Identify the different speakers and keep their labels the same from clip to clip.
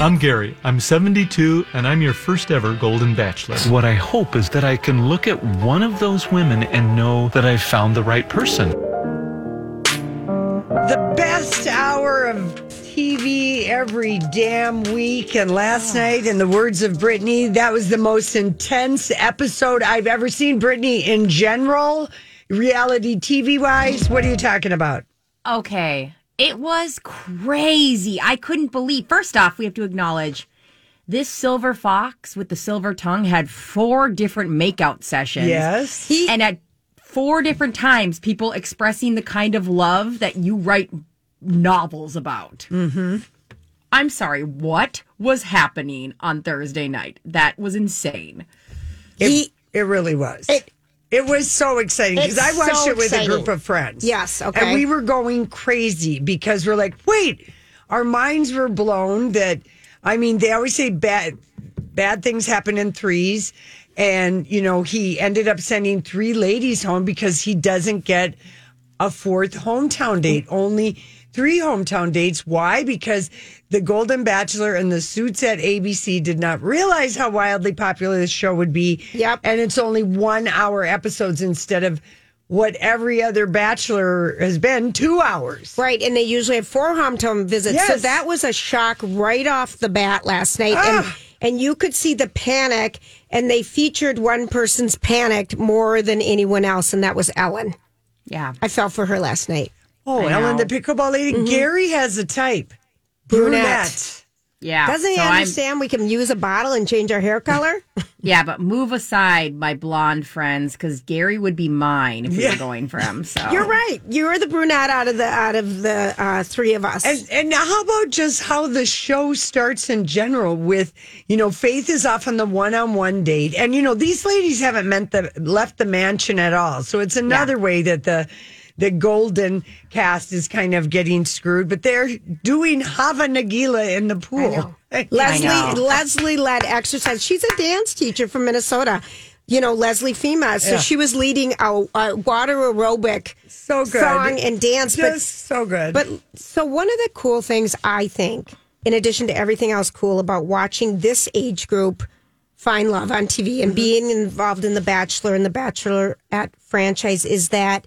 Speaker 1: I'm Gary. I'm 72 and I'm your first ever Golden Bachelor. What I hope is that I can look at one of those women and know that I've found the right person.
Speaker 2: The best hour of TV every damn week. And last night, in the words of Brittany, that was the most intense episode I've ever seen. Brittany, in general, reality TV wise, what are you talking about?
Speaker 3: Okay. It was crazy. I couldn't believe. First off, we have to acknowledge this silver fox with the silver tongue had four different makeout sessions.
Speaker 2: Yes.
Speaker 3: And at four different times, people expressing the kind of love that you write novels about. Mm-hmm. I'm sorry, what was happening on Thursday night? That was insane.
Speaker 2: It,
Speaker 4: He-
Speaker 2: it really was. It, was so exciting because
Speaker 4: It's
Speaker 2: I watched
Speaker 4: so
Speaker 2: it with a group
Speaker 4: exciting.
Speaker 2: of friends.
Speaker 4: Yes,
Speaker 2: And
Speaker 4: okay.
Speaker 2: we were going crazy because we're like, wait, our minds were blown that, I mean, they always say bad, bad things happen in threes. And, you know, he ended up sending three ladies home because he doesn't get a fourth hometown date, only three hometown dates. Why? Because the Golden Bachelor and the suits at ABC did not realize how wildly popular this show would be.
Speaker 4: Yep.
Speaker 2: And it's only one hour episodes instead of what every other bachelor has been two hours.
Speaker 4: Right, and they usually have four hometown visits. So
Speaker 2: Yes.
Speaker 4: that was a shock right off the bat last night.
Speaker 2: Ah.
Speaker 4: And, and you could see the panic, and they featured one person's panicked more than anyone else, and that was Ellen.
Speaker 3: Yeah.
Speaker 4: I fell for her last night.
Speaker 2: Oh,
Speaker 3: I
Speaker 2: Ellen, the
Speaker 3: know.
Speaker 2: pickleball lady. Gary has a type
Speaker 4: Mm-hmm. Brunette.
Speaker 3: Yeah.
Speaker 4: Doesn't he
Speaker 3: So I'm-
Speaker 4: understand we can use a bottle and change our hair color?
Speaker 3: Yeah, but move aside my blonde friends because Gary would be mine if we
Speaker 2: Yeah.
Speaker 3: were going for him. So
Speaker 4: You're right. You're the brunette out of the out of the uh, three of us.
Speaker 2: And and how about just how the show starts in general with, you know, Faith is off on the one-on-one date. And you know, these ladies haven't meant the left the mansion at all. So it's another way that the the golden cast is kind of getting screwed, but they're doing Hava Nagila in the pool.
Speaker 4: Leslie Leslie led exercise. She's a dance teacher from Minnesota. You know Leslie Fema, so
Speaker 2: Yeah.
Speaker 4: she was leading a, a water aerobic
Speaker 2: So good.
Speaker 4: song and dance.
Speaker 2: Just so good.
Speaker 4: But but so one of the cool things I think, in addition to everything else cool about watching this age group find love on TV
Speaker 2: Mm-hmm.
Speaker 4: and being involved in The Bachelor and The Bachelorette franchise, is that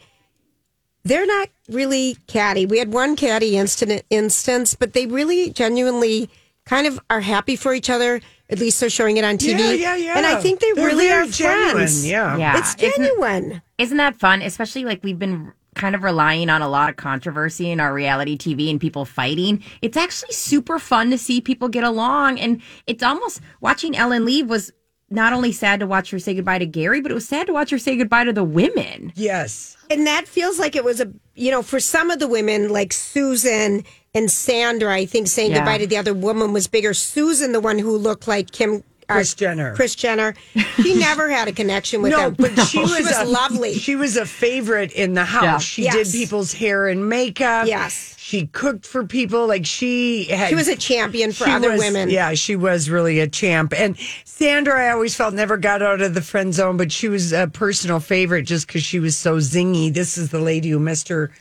Speaker 4: they're not really catty. We had one catty instant instance, but they really genuinely kind of are happy for each other. At least they're showing it on TV.
Speaker 2: Yeah, yeah, yeah.
Speaker 4: And I think they
Speaker 2: They're
Speaker 4: really
Speaker 2: very
Speaker 4: are
Speaker 2: genuine,
Speaker 4: friends.
Speaker 2: Yeah.
Speaker 3: Yeah.
Speaker 4: It's
Speaker 3: Isn't-
Speaker 4: genuine.
Speaker 3: Isn't that fun? Especially like we've been kind of relying on a lot of controversy in our reality TV and people fighting. It's actually super fun to see people get along. And it's almost watching Ellen leave was not only sad to watch her say goodbye to Gary, but it was sad to watch her say goodbye to the women.
Speaker 2: Yes.
Speaker 4: And that feels like it was a, you know, for some of the women, like Susan and Sandra, I think saying
Speaker 3: Yeah.
Speaker 4: goodbye to the other woman was bigger. Susan, the one who looked like Kim. uh,
Speaker 2: Kris Jenner.
Speaker 4: Kris Jenner. She never had a connection with
Speaker 2: No,
Speaker 4: him.
Speaker 2: but she was, a,
Speaker 4: lovely.
Speaker 2: She was a favorite in the house.
Speaker 3: Yeah.
Speaker 2: She
Speaker 4: Yes.
Speaker 2: did people's hair and makeup.
Speaker 4: Yes.
Speaker 2: she cooked for people. Like she had.
Speaker 4: she was a champion for
Speaker 2: she
Speaker 4: other
Speaker 2: was-
Speaker 4: women.
Speaker 2: Yeah, she was really a champ. And Sandra, I always felt never got out of the friend zone, but she was a personal favorite just because she was so zingy. This is the lady who missed her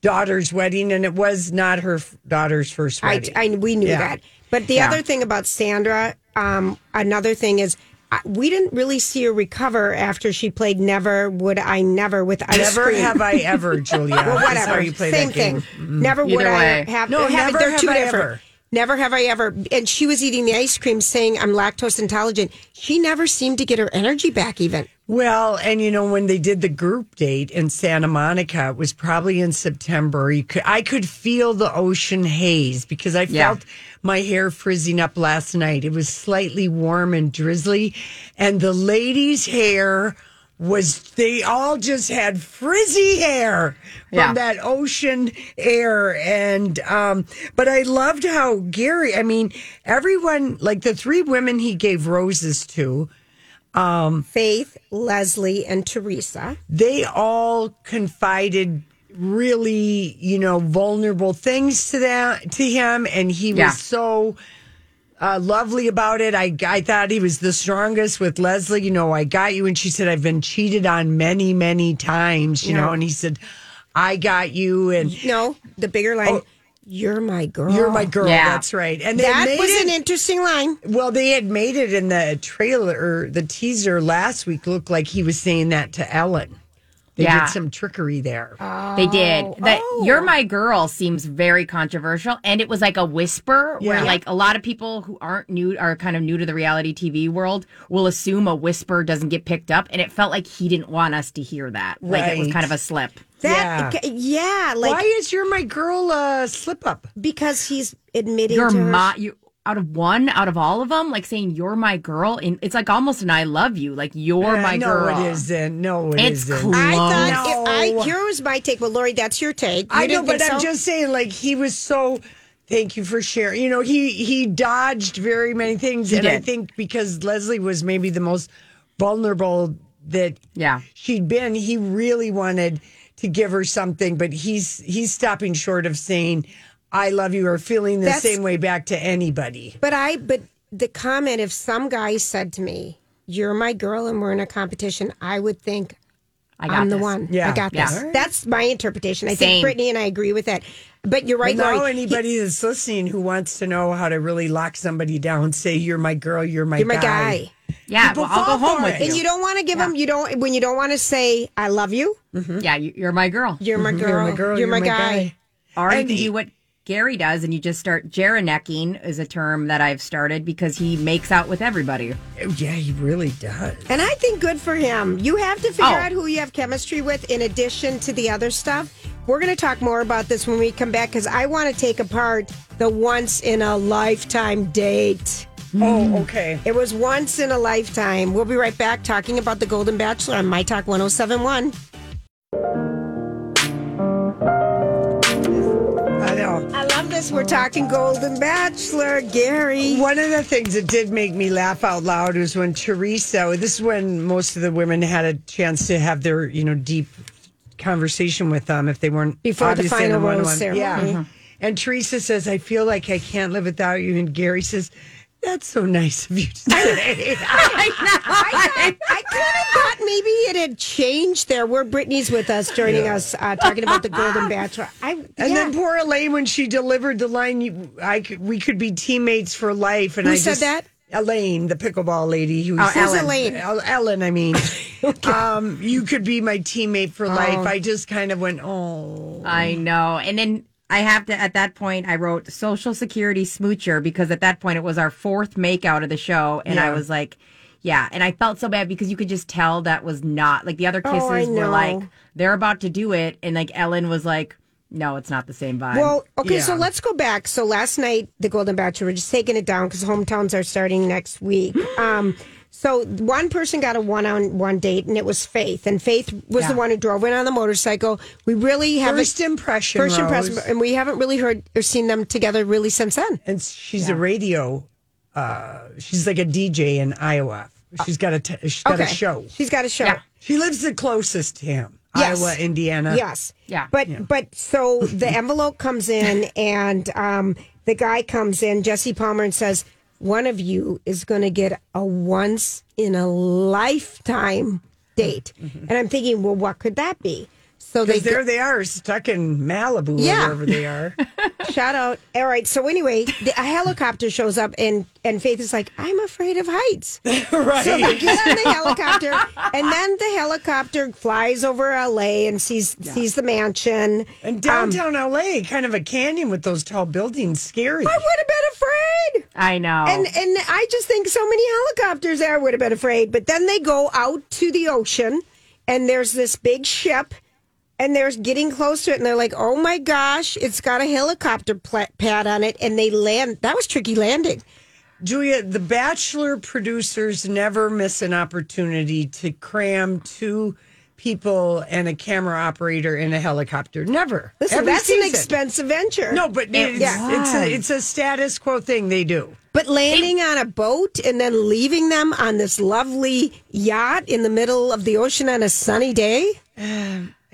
Speaker 2: daughter's wedding, and it was not her f- daughter's first
Speaker 4: I,
Speaker 2: wedding.
Speaker 4: I, we knew
Speaker 2: Yeah.
Speaker 4: that. But the other thing about Sandra, um, another thing is, I- we didn't really see her recover after she played Never Would I Never with ice
Speaker 2: never
Speaker 4: cream.
Speaker 2: have I ever, Julia.
Speaker 4: Well,
Speaker 2: That's
Speaker 4: whatever.
Speaker 2: how you play
Speaker 4: Same
Speaker 2: that game. Mm-hmm.
Speaker 4: thing. Never would
Speaker 3: Either
Speaker 4: I
Speaker 3: way.
Speaker 4: have.
Speaker 2: No,
Speaker 4: have
Speaker 2: never
Speaker 4: they're
Speaker 2: have
Speaker 4: two
Speaker 2: I
Speaker 4: different.
Speaker 2: ever.
Speaker 4: Never have I ever. And she was eating the ice cream saying, I'm lactose intolerant. She never seemed to get her energy back, even.
Speaker 2: Well, and you know when they did the group date in Santa Monica, it was probably in September. You could, I could feel the ocean haze because I
Speaker 3: Yeah.
Speaker 2: felt my hair frizzing up last night. It was slightly warm and drizzly, and the ladies' hair was they all just had frizzy hair from
Speaker 3: Yeah.
Speaker 2: that ocean air and um but i loved how gary i mean everyone like the three women he gave roses to
Speaker 4: Faith, Leslie, and Teresa.
Speaker 2: they all confided really, you know, vulnerable things to that to him, and he
Speaker 3: Yeah.
Speaker 2: was so uh, lovely about it. I I thought he was the strongest with Leslie. You know, I got you, and she said, "I've been cheated on many, many times." You know, and he said, "I got you," and
Speaker 4: No, the bigger line, you're my girl.
Speaker 2: Oh. "You're my girl."
Speaker 3: Yeah.
Speaker 2: That's right, and they
Speaker 4: That
Speaker 2: made
Speaker 4: was
Speaker 2: it.
Speaker 4: an interesting line.
Speaker 2: Well, they had made it in the trailer, the teaser last week looked like he was saying that to Ellen. They
Speaker 3: Yeah.
Speaker 2: did some trickery there.
Speaker 3: They did.
Speaker 2: Oh,
Speaker 3: That You're My Girl seems very controversial. And it was like a whisper where
Speaker 2: Yeah.
Speaker 3: like a lot of people who aren't new are kind of new to the reality TV world will assume a whisper doesn't get picked up. And it felt like he didn't want us to hear that. Like it was
Speaker 2: Right.
Speaker 3: kind of a slip.
Speaker 4: That, yeah, like
Speaker 2: Why is your my girl uh, slip up?
Speaker 4: because he's admitting
Speaker 3: You're
Speaker 4: to her-
Speaker 3: my you out of one out of all of them, like saying you're my girl, and it's like almost an I love you, like you're my
Speaker 2: no,
Speaker 3: girl.
Speaker 2: it isn't. No, it
Speaker 3: It's
Speaker 2: not
Speaker 3: close.
Speaker 4: I thought
Speaker 2: No.
Speaker 4: if I here was my take, but Lori, that's your take. You
Speaker 2: I know,
Speaker 4: didn't
Speaker 2: but
Speaker 4: think
Speaker 2: I'm
Speaker 4: so?
Speaker 2: just saying, like he was so. Thank you for sharing. You know, he he dodged very many things, and I
Speaker 3: did.
Speaker 2: think because Leslie was maybe the most vulnerable that
Speaker 3: Yeah.
Speaker 2: she'd been, he really wanted to give her something, but he's he's stopping short of saying, "I love you" or feeling the
Speaker 4: That's-
Speaker 2: same way back to anybody.
Speaker 4: But I, but the comment if some guy said to me, "You're my girl, and we're in a competition," I would think
Speaker 3: I got
Speaker 4: I'm the
Speaker 3: this.
Speaker 4: one.
Speaker 2: Yeah.
Speaker 4: I got
Speaker 3: Yeah.
Speaker 4: this. That's my interpretation. I
Speaker 3: Same.
Speaker 4: think Brittany and I agree with that. But you're right,
Speaker 2: now,
Speaker 4: Lori.
Speaker 2: anybody that's listening who wants to know how to really lock somebody down, say, "You're my girl. You're my
Speaker 4: You're my
Speaker 2: guy.
Speaker 4: guy.
Speaker 3: Yeah,
Speaker 2: People
Speaker 3: well, I'll
Speaker 2: fall
Speaker 3: go home
Speaker 2: for
Speaker 3: with
Speaker 2: it.
Speaker 3: you.
Speaker 4: And you don't want to give him. You don't when you don't want to say "I love you."
Speaker 3: yeah, you- you're my girl.
Speaker 4: You're my girl.
Speaker 2: Mm-hmm. You're my girl. You're, my guy.
Speaker 3: Or you
Speaker 2: And
Speaker 3: can
Speaker 2: he-
Speaker 3: do what Gary does, and you just start Jaronecking is a term that I've started because he makes out with everybody.
Speaker 2: Yeah, he really does.
Speaker 4: And I think good for him. You have to figure
Speaker 3: Oh.
Speaker 4: out who you have chemistry with in addition to the other stuff. We're going to talk more about this when we come back because I want to take apart the once in a lifetime date.
Speaker 2: Oh, okay.
Speaker 4: It was once in a lifetime. We'll be right back talking about the Golden Bachelor on My Talk 1071.
Speaker 2: I know.
Speaker 4: I love this. We're talking Golden Bachelor, Gary.
Speaker 2: One of the things that did make me laugh out loud was when Teresa, this is when most of the women had a chance to have their, you know, deep conversation with them if they weren't
Speaker 4: Before the
Speaker 2: obviously in
Speaker 4: final
Speaker 2: one-on-one.
Speaker 4: rose ceremony.
Speaker 2: Yeah.
Speaker 4: Mhm.
Speaker 2: And Teresa says, I feel like I can't live without you. And Gary says, That's so nice of you to say.
Speaker 4: I, I kind of thought maybe it had changed there. Where Brittany's with us, joining us, uh, talking about the Golden Bachelor. I,
Speaker 2: And
Speaker 4: yeah.
Speaker 2: then poor Elaine, when she delivered the line, you, I could, we could be teammates for life. And
Speaker 4: Who
Speaker 2: I
Speaker 4: said
Speaker 2: just-
Speaker 4: that?
Speaker 2: Elaine, the pickleball lady. Who
Speaker 4: Who's Ellen. Elaine?
Speaker 2: El- Ellen, I mean. um, you could be my teammate for life. I just kind of went, oh.
Speaker 3: I know. And then I have to, at that point, I wrote Social Security Smoocher because at that point it was our fourth makeout of the show. And I was like, yeah. And I felt so bad because you could just tell that was not like the other
Speaker 4: Oh, I
Speaker 3: kisses were
Speaker 4: know.
Speaker 3: like, they're about to do it. And like Ellen was like, no, it's not the same vibe.
Speaker 4: Well, okay, so
Speaker 2: yeah.
Speaker 4: let's go back. So last night, the Golden Bachelor, we're just taking it down because hometowns are starting next week. um, so one person got a one on one date, and it was Faith. And Faith was the one who drove in on the motorcycle. We really haven't.
Speaker 2: First impression.
Speaker 4: First
Speaker 2: Rose.
Speaker 4: impression, and we haven't really heard or seen them together really since then.
Speaker 2: And she's a radio, uh, she's like a DJ in Iowa.
Speaker 4: Uh,
Speaker 2: She's got a, t- she's got a show.
Speaker 4: She's got a show.
Speaker 3: Yeah.
Speaker 2: She lives the closest to him.
Speaker 4: Yes.
Speaker 2: Iowa, Indiana.
Speaker 4: Yes.
Speaker 3: Yeah.
Speaker 4: But but so the envelope comes in and um, the guy comes in, Jesse Palmer, and says, "One of you is going to get a
Speaker 2: Mm-hmm.
Speaker 4: once in a lifetime date." And I'm thinking, well, what could that be? So they
Speaker 2: Because there they are, stuck in Malibu or
Speaker 4: Yeah.
Speaker 2: wherever they are.
Speaker 4: Shout out. All right. So anyway, the, a helicopter shows up and and Faith is like, I'm afraid of heights.
Speaker 2: right.
Speaker 4: So they get on the helicopter and then the helicopter flies over LA and sees sees the mansion.
Speaker 2: and downtown LA, kind of a canyon with those tall buildings, scary.
Speaker 4: I would have been afraid.
Speaker 3: I know.
Speaker 4: And and I just think so many helicopters there would have been afraid. But then they go out to the ocean and there's this big ship and they're getting close to it and they're like, oh my gosh, it's got a helicopter pla- pad on it. And they land. That was tricky landing.
Speaker 2: Julia, the Bachelor producers never miss an opportunity to cram two people and a camera operator in a helicopter. Never.
Speaker 4: Listen,
Speaker 2: Every
Speaker 4: that's an
Speaker 2: season.
Speaker 4: expensive venture.
Speaker 2: No, but it's,
Speaker 4: yeah.
Speaker 2: it's, a, it's a status quo thing they do.
Speaker 4: But landing on a boat and then leaving them on this lovely yacht in the middle of the ocean on a sunny day.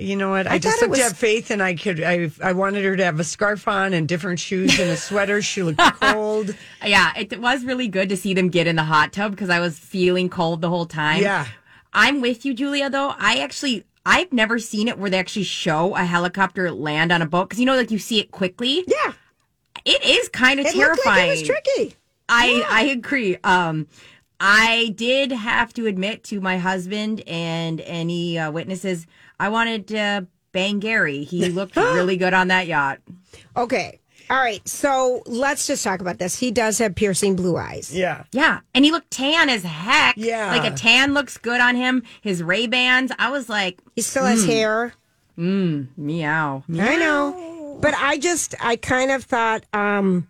Speaker 2: You know what? I, just
Speaker 4: thought it
Speaker 2: looked
Speaker 4: was-
Speaker 2: at Faith, and I could. I I wanted her to have a scarf on and different shoes and a sweater. she looked cold.
Speaker 3: yeah, it was really good to see them get in the hot tub because I was feeling cold the whole time.
Speaker 2: Yeah.
Speaker 3: I'm with you, Julia, though. I actually, I've never seen it where they actually show a helicopter land on a boat because you know, like you see it quickly.
Speaker 4: Yeah.
Speaker 3: It is kind of
Speaker 4: It looked
Speaker 3: terrifying.
Speaker 4: like it was tricky.
Speaker 3: I I agree. Um, I did have to admit to my husband and any uh, witnesses, I wanted to bang Gary. He looked really good on that yacht.
Speaker 4: Okay. All right. So let's just talk about this. He does have piercing blue eyes.
Speaker 2: Yeah.
Speaker 3: Yeah, and he looked tan as heck.
Speaker 2: Yeah.
Speaker 3: like a tan looks good on him. His Ray Bans. I was like,
Speaker 4: He still has
Speaker 3: Mm.
Speaker 4: hair.
Speaker 3: meow.
Speaker 4: I know. But I just, I kind of thought um,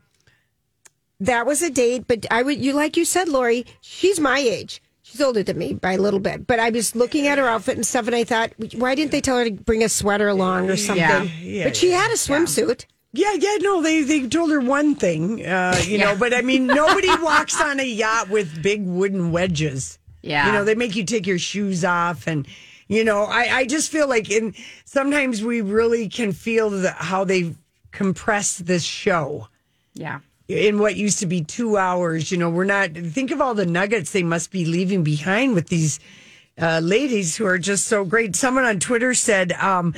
Speaker 4: that was a date. But I would, you like you said, Lori, she's my age. She's older than me by a little bit. But I was looking at her outfit and stuff, and I thought, why didn't they tell her to bring a sweater along or something?
Speaker 3: Yeah.
Speaker 4: but she had a swimsuit.
Speaker 2: Yeah, yeah, no, they they told her one thing, uh, you know, but I mean, nobody walks on a yacht with big wooden wedges.
Speaker 3: Yeah.
Speaker 2: you know, they make you take your shoes off, and you know, I I just feel like in sometimes we really can feel the, how they compress this show
Speaker 3: Yeah,
Speaker 2: in what used to be two hours. You know, we're not. Think of all the nuggets they must be leaving behind with these uh, ladies who are just so great. Someone on Twitter said um,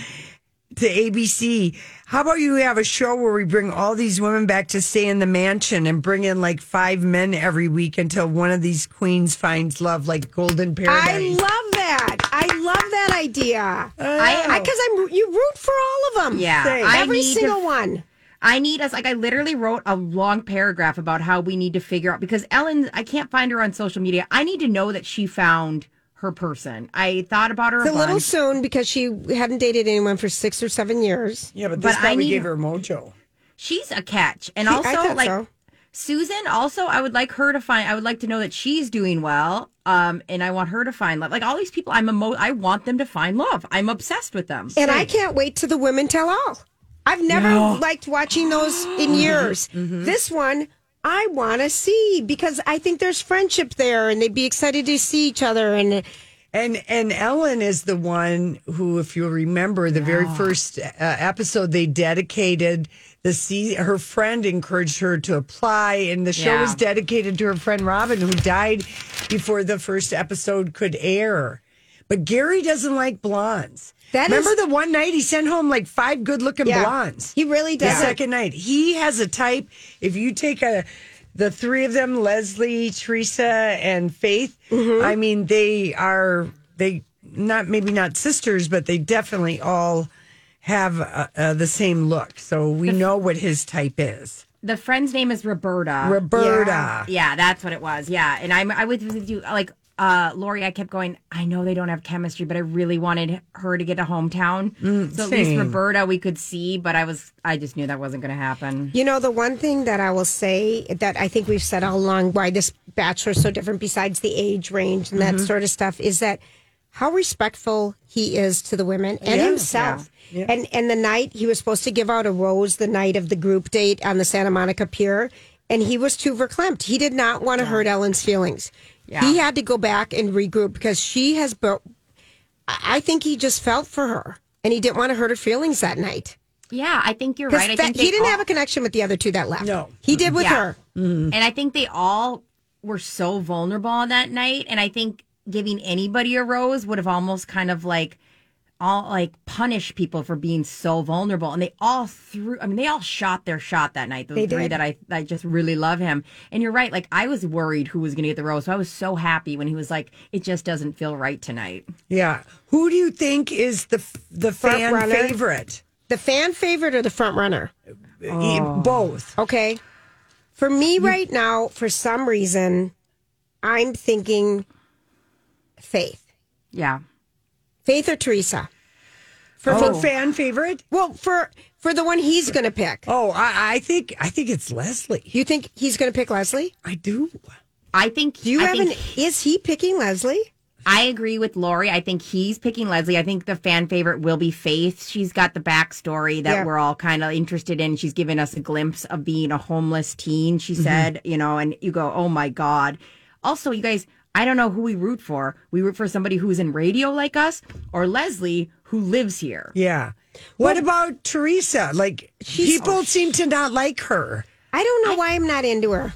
Speaker 2: to ABC, "How about you have a show where we bring all these women back to stay in the mansion and bring in like five men every week until one of these queens finds love, like Golden
Speaker 4: I
Speaker 2: Paradise."
Speaker 4: love that. I love that idea.
Speaker 3: I
Speaker 4: Because I'm you root for all of them.
Speaker 3: Oh. Yeah, Same. I
Speaker 4: every
Speaker 3: need to-
Speaker 4: single one.
Speaker 3: I need us. Like I literally wrote a long paragraph about how we need to figure out because Ellen, I can't find her on social media. I need to know that she found her person. I thought about her
Speaker 4: It's
Speaker 3: a
Speaker 4: a little
Speaker 3: bunch.
Speaker 4: soon because she hadn't dated anyone for six or seven years.
Speaker 2: yeah, but
Speaker 3: But
Speaker 2: this
Speaker 3: I
Speaker 2: probably
Speaker 3: need-
Speaker 2: gave her mojo.
Speaker 3: she's a catch and
Speaker 4: She- I
Speaker 3: also
Speaker 4: thought
Speaker 3: like
Speaker 4: so.
Speaker 3: susan also i would like her to find i would like to know that she's doing well um and i want her to find love like all these people i'm emo- i want them to find love i'm obsessed with them
Speaker 4: And I can't wait till the women tell all. I've never liked watching those
Speaker 2: Mm-hmm.
Speaker 4: in years. This one I want to see because I think there's friendship there, and they'd be excited to see each other. And
Speaker 2: And and Ellen is the one who, if you remember, the very first uh, episode they dedicated the sea. Her friend encouraged her to apply, and the show
Speaker 3: Yeah.
Speaker 2: was dedicated to her friend Robin, who died before the first episode could air. But Gary doesn't like blondes.
Speaker 4: That is-
Speaker 2: remember the one night he sent home like five good-looking
Speaker 4: Yeah.
Speaker 2: blondes.
Speaker 4: He really does.
Speaker 2: The second night, he has a type. If you take a the three of them, Leslie, Teresa, and Faith.
Speaker 4: Mm-hmm.
Speaker 2: I mean, they are they not maybe not sisters, but they definitely all have uh, uh, the same look. So we know what his type is.
Speaker 3: the friend's name is roberta
Speaker 2: Roberta.
Speaker 3: yeah that's what it was yeah and i'm i was with you like uh lori i kept going i know they don't have chemistry but i really wanted her to get to hometown so at least
Speaker 2: same.
Speaker 3: roberta we could see but i was i just knew that wasn't going to happen
Speaker 4: You know, the one thing that I will say that I think we've said all along why this bachelor is so different, besides the age range and that sort of stuff, is that how respectful he is to the women and himself. And and the night he was supposed to give out a rose, the night of the group date on the Santa Monica Pier, and he was too verklempt. He did not want to hurt Ellen's feelings. He had to go back and regroup because she has. Bo- I I think he just felt for her, and he didn't want to hurt her feelings that night.
Speaker 3: yeah i think you're
Speaker 4: 'Cause
Speaker 3: right i
Speaker 4: that-
Speaker 3: think
Speaker 4: he
Speaker 3: they
Speaker 4: didn't
Speaker 3: all-
Speaker 4: have a connection with the other two that left.
Speaker 2: No.
Speaker 4: he did with
Speaker 3: Yeah.
Speaker 4: her.
Speaker 3: And I think they all were so vulnerable on that night. And I think giving anybody a rose would have almost kind of like all like punish people for being so vulnerable. And they all threw, I mean, they all shot their shot that night. Those
Speaker 4: They
Speaker 3: three
Speaker 4: did.
Speaker 3: that I, I just really love him. And you're right. Like I was worried who was going to get the role. So I was so happy when he was like, it just doesn't feel right tonight.
Speaker 2: Yeah. Who do you think is the f- the
Speaker 4: Front
Speaker 2: fan
Speaker 4: runner.
Speaker 2: favorite?
Speaker 4: The fan favorite or the front runner?
Speaker 2: E-
Speaker 4: Oh.
Speaker 2: Both.
Speaker 4: Okay. For me right now, for some reason, I'm thinking Faith.
Speaker 3: Yeah.
Speaker 4: Faith or Teresa?
Speaker 2: For
Speaker 3: Oh.
Speaker 2: for fan favorite?
Speaker 4: Well, for for the one he's going to pick.
Speaker 2: Oh, I, I think I think it's Leslie.
Speaker 4: You think he's going to pick Leslie?
Speaker 2: I do.
Speaker 3: I think
Speaker 4: Do you
Speaker 3: I
Speaker 4: have
Speaker 3: think-
Speaker 4: an is he picking Leslie?
Speaker 3: I agree with Lori. I think he's picking Leslie. I think the fan favorite will be Faith. She's got the backstory that
Speaker 4: Yeah.
Speaker 3: we're all kind of interested in. She's given us a glimpse of being a homeless teen, she said, you know, and you go, oh my God. Also, you guys, I don't know who we root for. We root for somebody who's in radio like us or Leslie who lives here.
Speaker 2: Yeah. What about Teresa? Like people
Speaker 4: oh,
Speaker 2: seem to not like her.
Speaker 4: I don't know why I'm not into her.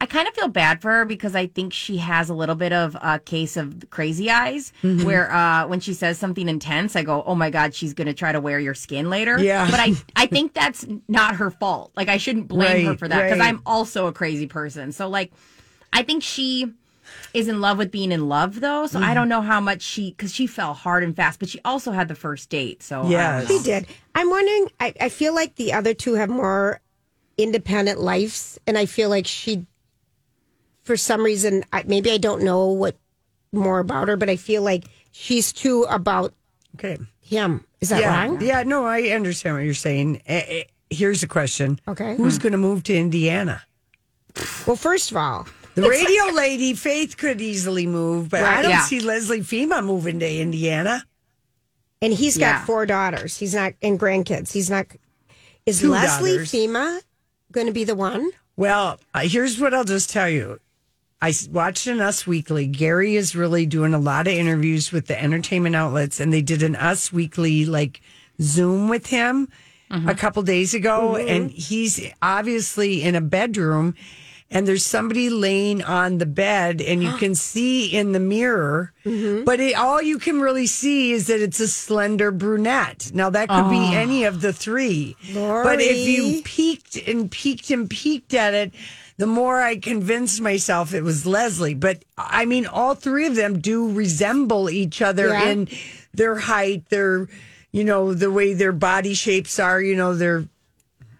Speaker 3: I kind of feel bad for her because I think she has a little bit of a case of crazy eyes,
Speaker 2: Mm-hmm.
Speaker 3: where uh, when she says something intense, I go, "Oh my god, she's gonna try to wear your skin later."
Speaker 2: Yeah.
Speaker 3: but I I think that's not her fault. Like I shouldn't blame her
Speaker 2: Right,
Speaker 3: for that because
Speaker 2: right.
Speaker 3: I'm also a crazy person. So like, I think she is in love with being in love though. So
Speaker 2: Mm-hmm.
Speaker 3: I don't know how much she because she fell hard and fast, but she also had the first date. So um, I
Speaker 4: Oh,
Speaker 3: don't
Speaker 2: Yes.
Speaker 3: know.
Speaker 4: He did. I'm wondering. I, I feel like the other two have more independent lives, and I feel like she, for some reason, I, maybe I don't know what more about her, but I feel like she's too about
Speaker 2: Okay.
Speaker 4: him. Is that
Speaker 2: yeah.
Speaker 4: wrong?
Speaker 2: Yeah, no, I understand what you're saying. Eh, eh, Here's a question.
Speaker 4: Okay.
Speaker 2: Who's going to move to Indiana?
Speaker 4: Well, first of all,
Speaker 2: The radio lady, Faith, could easily move, but I
Speaker 4: Right,
Speaker 2: don't
Speaker 3: yeah.
Speaker 2: see Leslie Fema moving to Indiana.
Speaker 4: and he's
Speaker 3: Yeah.
Speaker 4: got four daughters. He's not and grandkids. He's not. Is
Speaker 2: Two
Speaker 4: Leslie
Speaker 2: daughters.
Speaker 4: Fema going to be the one?
Speaker 2: Well, uh, here's what I'll just tell you. I s- watched an Us Weekly. Gary is really doing a lot of interviews with the entertainment outlets, and they did an Us Weekly like Zoom with him a couple days ago, and he's obviously in a bedroom, and there's somebody laying on the bed, and you can see in the mirror, but it, all you can really see is that it's a slender brunette. Now that could be any of the three, but if you
Speaker 4: Lori.
Speaker 2: peeked and peeked and peeked at it, the more I convinced myself it was Leslie. But I mean, all three of them do resemble each other
Speaker 4: Yeah.
Speaker 2: in their height, their, you know, the way their body shapes are, you know, their.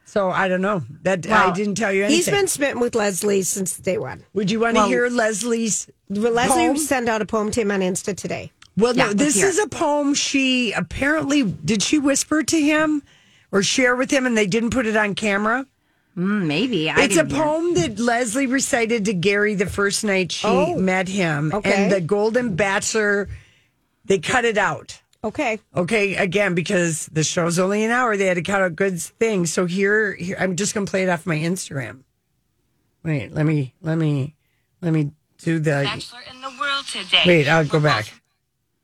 Speaker 2: So I don't know. That I
Speaker 3: Well,
Speaker 2: didn't tell you anything.
Speaker 4: He's been smitten with Leslie since day one.
Speaker 2: Would you want to
Speaker 3: Well-
Speaker 2: hear Leslie's?
Speaker 4: Well, Leslie
Speaker 2: Poem?
Speaker 4: sent out a poem to him on Insta today.
Speaker 2: Well,
Speaker 3: Yeah,
Speaker 2: no,
Speaker 3: let's
Speaker 2: this
Speaker 3: hear
Speaker 2: is a poem she apparently did. She whisper to him or share with him, and they didn't put it on camera.
Speaker 3: Mm, maybe I
Speaker 2: It's a
Speaker 3: didn't hear.
Speaker 2: poem that Leslie recited to Gary the first night she met him.
Speaker 4: okay.
Speaker 2: And the Golden Bachelor, they cut it out.
Speaker 4: Okay.
Speaker 2: Okay, again, because the show's only an hour, they had to cut out good things. So here, here I'm just going to play it off my Instagram. Wait, let me, let me, let me do the.
Speaker 5: Bachelor in the world today.
Speaker 2: Wait, I'll go back.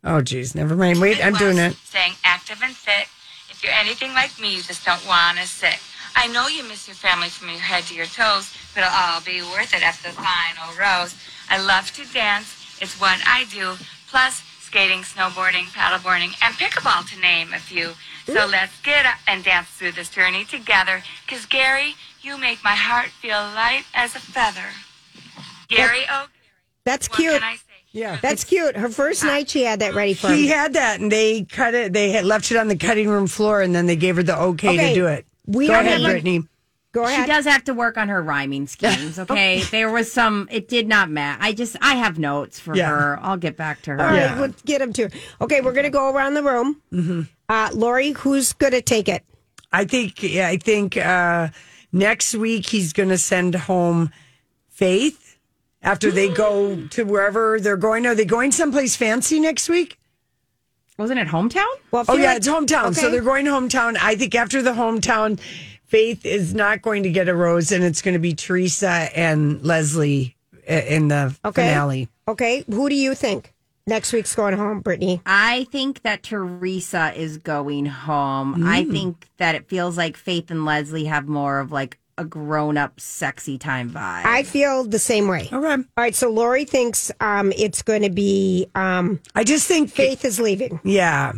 Speaker 2: Oh, geez, never mind. Wait, I'm doing it.
Speaker 5: Saying active and fit. If you're anything like me, you just don't want to sit. I know you miss your family from your head to your toes, but it'll all be worth it after the final rose. I love to dance. It's what I do. Plus, skating, snowboarding, paddleboarding, and pickleball, to name a few. So let's get up and dance through this journey together. Because, Gary, you make my heart feel light as a feather. Gary, oh,
Speaker 4: That's
Speaker 5: what
Speaker 4: cute.
Speaker 5: can I say?
Speaker 2: Yeah.
Speaker 4: That's cute. Her first night, she had that ready for
Speaker 2: He
Speaker 4: him.
Speaker 2: had that, and they cut it. They had left it on the cutting room floor, and then they gave her the okay, to
Speaker 4: Okay,
Speaker 2: do it.
Speaker 4: we
Speaker 2: go
Speaker 4: are
Speaker 2: ahead,
Speaker 4: gonna-
Speaker 2: Brittany.
Speaker 4: Go
Speaker 3: She
Speaker 4: ahead.
Speaker 3: does have to work on her rhyming schemes, okay? there was some, it did not match. I just, I have notes for
Speaker 2: Yeah.
Speaker 3: her. I'll get back to her.
Speaker 4: All right,
Speaker 2: Yeah.
Speaker 4: we'll get him to. Okay, we're going to go around the room. Mm-hmm. Uh, Lori, who's going to take it?
Speaker 2: I think yeah, I think uh, next week he's going to send home Faith after they go to wherever they're going. Are they going someplace fancy next week?
Speaker 3: Wasn't it hometown?
Speaker 4: Well, if
Speaker 2: Oh
Speaker 4: you're
Speaker 2: yeah,
Speaker 4: a-
Speaker 2: it's hometown. So
Speaker 4: okay.
Speaker 2: they're going hometown. I think after the hometown, Faith is not going to get a rose, and it's going to be Teresa and Leslie i- in the
Speaker 4: Okay.
Speaker 2: finale.
Speaker 4: Okay, who do you think next week's going home, Brittany?
Speaker 3: I think that Teresa is going home. I think that it feels like Faith and Leslie have more of like a grown up sexy time vibe.
Speaker 4: I feel the same way. All
Speaker 2: Okay.
Speaker 4: right, so Lori thinks um, it's going to be um,
Speaker 2: I just think Faith.
Speaker 4: Faith is leaving.
Speaker 2: Yeah.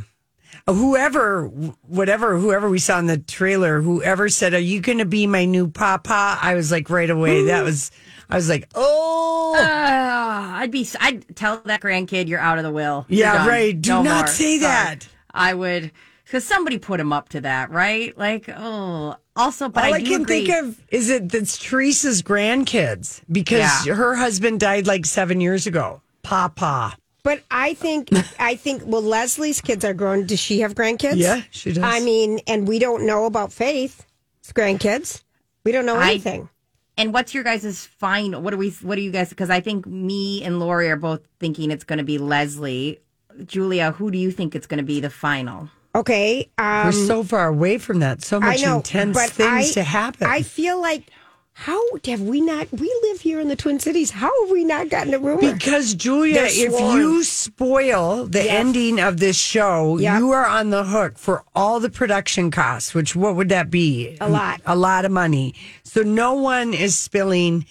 Speaker 2: whoever, whatever, whoever we saw in the trailer, whoever said, "Are you going to be my new papa?" I was like right away. That
Speaker 4: Mm-hmm.
Speaker 2: was, I was like, oh.
Speaker 4: Uh,
Speaker 3: Ah, I'd be. I'd tell that grandkid you're out of the will. You're
Speaker 2: Yeah,
Speaker 3: done.
Speaker 2: right. Do
Speaker 3: No
Speaker 2: not
Speaker 3: more.
Speaker 2: say
Speaker 3: Sorry.
Speaker 2: that.
Speaker 3: I would, because somebody put him up to that, right? Like, oh, also, but
Speaker 2: All
Speaker 3: I,
Speaker 2: I,
Speaker 3: do
Speaker 2: can
Speaker 3: agree.
Speaker 2: think of is it that's Teresa's grandkids because
Speaker 3: Yeah.
Speaker 2: her husband died like seven years ago. Papa.
Speaker 4: But I think I think well Leslie's kids are grown. Does she have grandkids?
Speaker 2: Yeah, she does.
Speaker 4: I mean, and we don't know about Faith's grandkids. We don't know
Speaker 3: I-
Speaker 4: anything.
Speaker 3: And what's your guys' final? What are we? What are you guys? Because I think me and Lori are both thinking it's going to be Leslie. Julia, who do you think it's going to be the final?
Speaker 4: okay. Um,
Speaker 2: We're so far away from that. So
Speaker 4: I
Speaker 2: much
Speaker 4: know,
Speaker 2: intense
Speaker 4: but
Speaker 2: things
Speaker 4: I,
Speaker 2: to happen.
Speaker 4: I feel like how have we not? We live here in the Twin Cities. How have we not gotten a rumor?
Speaker 2: because Julia,
Speaker 4: They're
Speaker 2: if
Speaker 4: sworn.
Speaker 2: you spoil the ending of this show,
Speaker 4: Yep.
Speaker 2: you are on the hook for all the production costs, which what would that be?
Speaker 4: A lot.
Speaker 2: A lot of money. So no one is spilling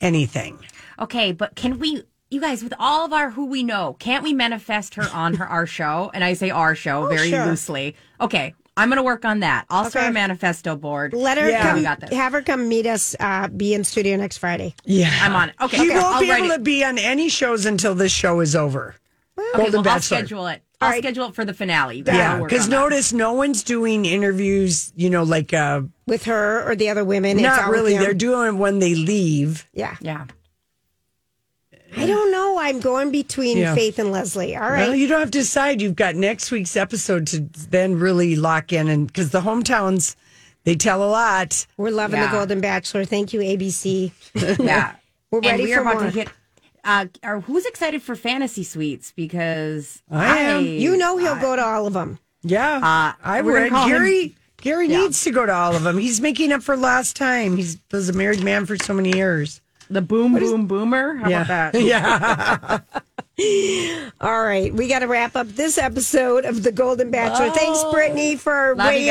Speaker 2: anything.
Speaker 3: Okay, but can we, you guys, with all of our who we know, can't we manifest her on her our show? And I say our
Speaker 2: Oh,
Speaker 3: show very
Speaker 4: sure.
Speaker 3: loosely. Okay, I'm gonna work on that. I'll start a
Speaker 4: Okay.
Speaker 3: manifesto board.
Speaker 4: Let her
Speaker 2: Yeah.
Speaker 4: come.
Speaker 3: We got this.
Speaker 4: Have her come meet us. Uh, be in studio next Friday.
Speaker 2: Yeah.
Speaker 3: I'm on it. Okay,
Speaker 2: You
Speaker 3: okay,
Speaker 2: won't
Speaker 3: I'll
Speaker 2: be
Speaker 3: write
Speaker 2: able
Speaker 3: it.
Speaker 2: to be on any shows until this show is over.
Speaker 3: Okay,
Speaker 2: Golden
Speaker 3: well, I'll
Speaker 2: Bachelor.
Speaker 3: schedule it. I'll
Speaker 4: right.
Speaker 3: schedule it for the finale. You guys
Speaker 2: Yeah,
Speaker 3: will work
Speaker 2: because
Speaker 3: on that.
Speaker 2: notice no one's doing interviews. You know, like uh,
Speaker 4: with her or the other women. it's
Speaker 2: not
Speaker 4: all with
Speaker 2: really.
Speaker 4: them.
Speaker 2: They're doing it when they leave.
Speaker 4: yeah.
Speaker 3: Yeah.
Speaker 4: I don't know. I'm going between
Speaker 2: Yeah.
Speaker 4: Faith and Leslie. All
Speaker 2: Well,
Speaker 4: right.
Speaker 2: you don't have to decide. You've got next week's episode to then really lock in, and because the hometowns, they tell a lot.
Speaker 4: We're loving
Speaker 3: Yeah.
Speaker 4: the Golden Bachelor. Thank you, ABC.
Speaker 3: Yeah.
Speaker 4: We're
Speaker 3: and
Speaker 4: ready
Speaker 3: we are
Speaker 4: for
Speaker 3: about
Speaker 4: more.
Speaker 3: to hit uh or who's excited for fantasy suites because
Speaker 2: I am.
Speaker 4: You know he'll go to all of them.
Speaker 2: Yeah,
Speaker 3: Uh,
Speaker 2: I
Speaker 3: we're gonna
Speaker 2: would.
Speaker 3: call him-
Speaker 2: Gary, Gary needs to go to all of them. He's making up for lost time. He's was a married man for so many years.
Speaker 3: the boom boom boomer. How about that?
Speaker 2: yeah.
Speaker 4: All right. We got to wrap up this episode of The Golden Bachelor. Thanks, Brittany, for
Speaker 3: Love you
Speaker 4: weighing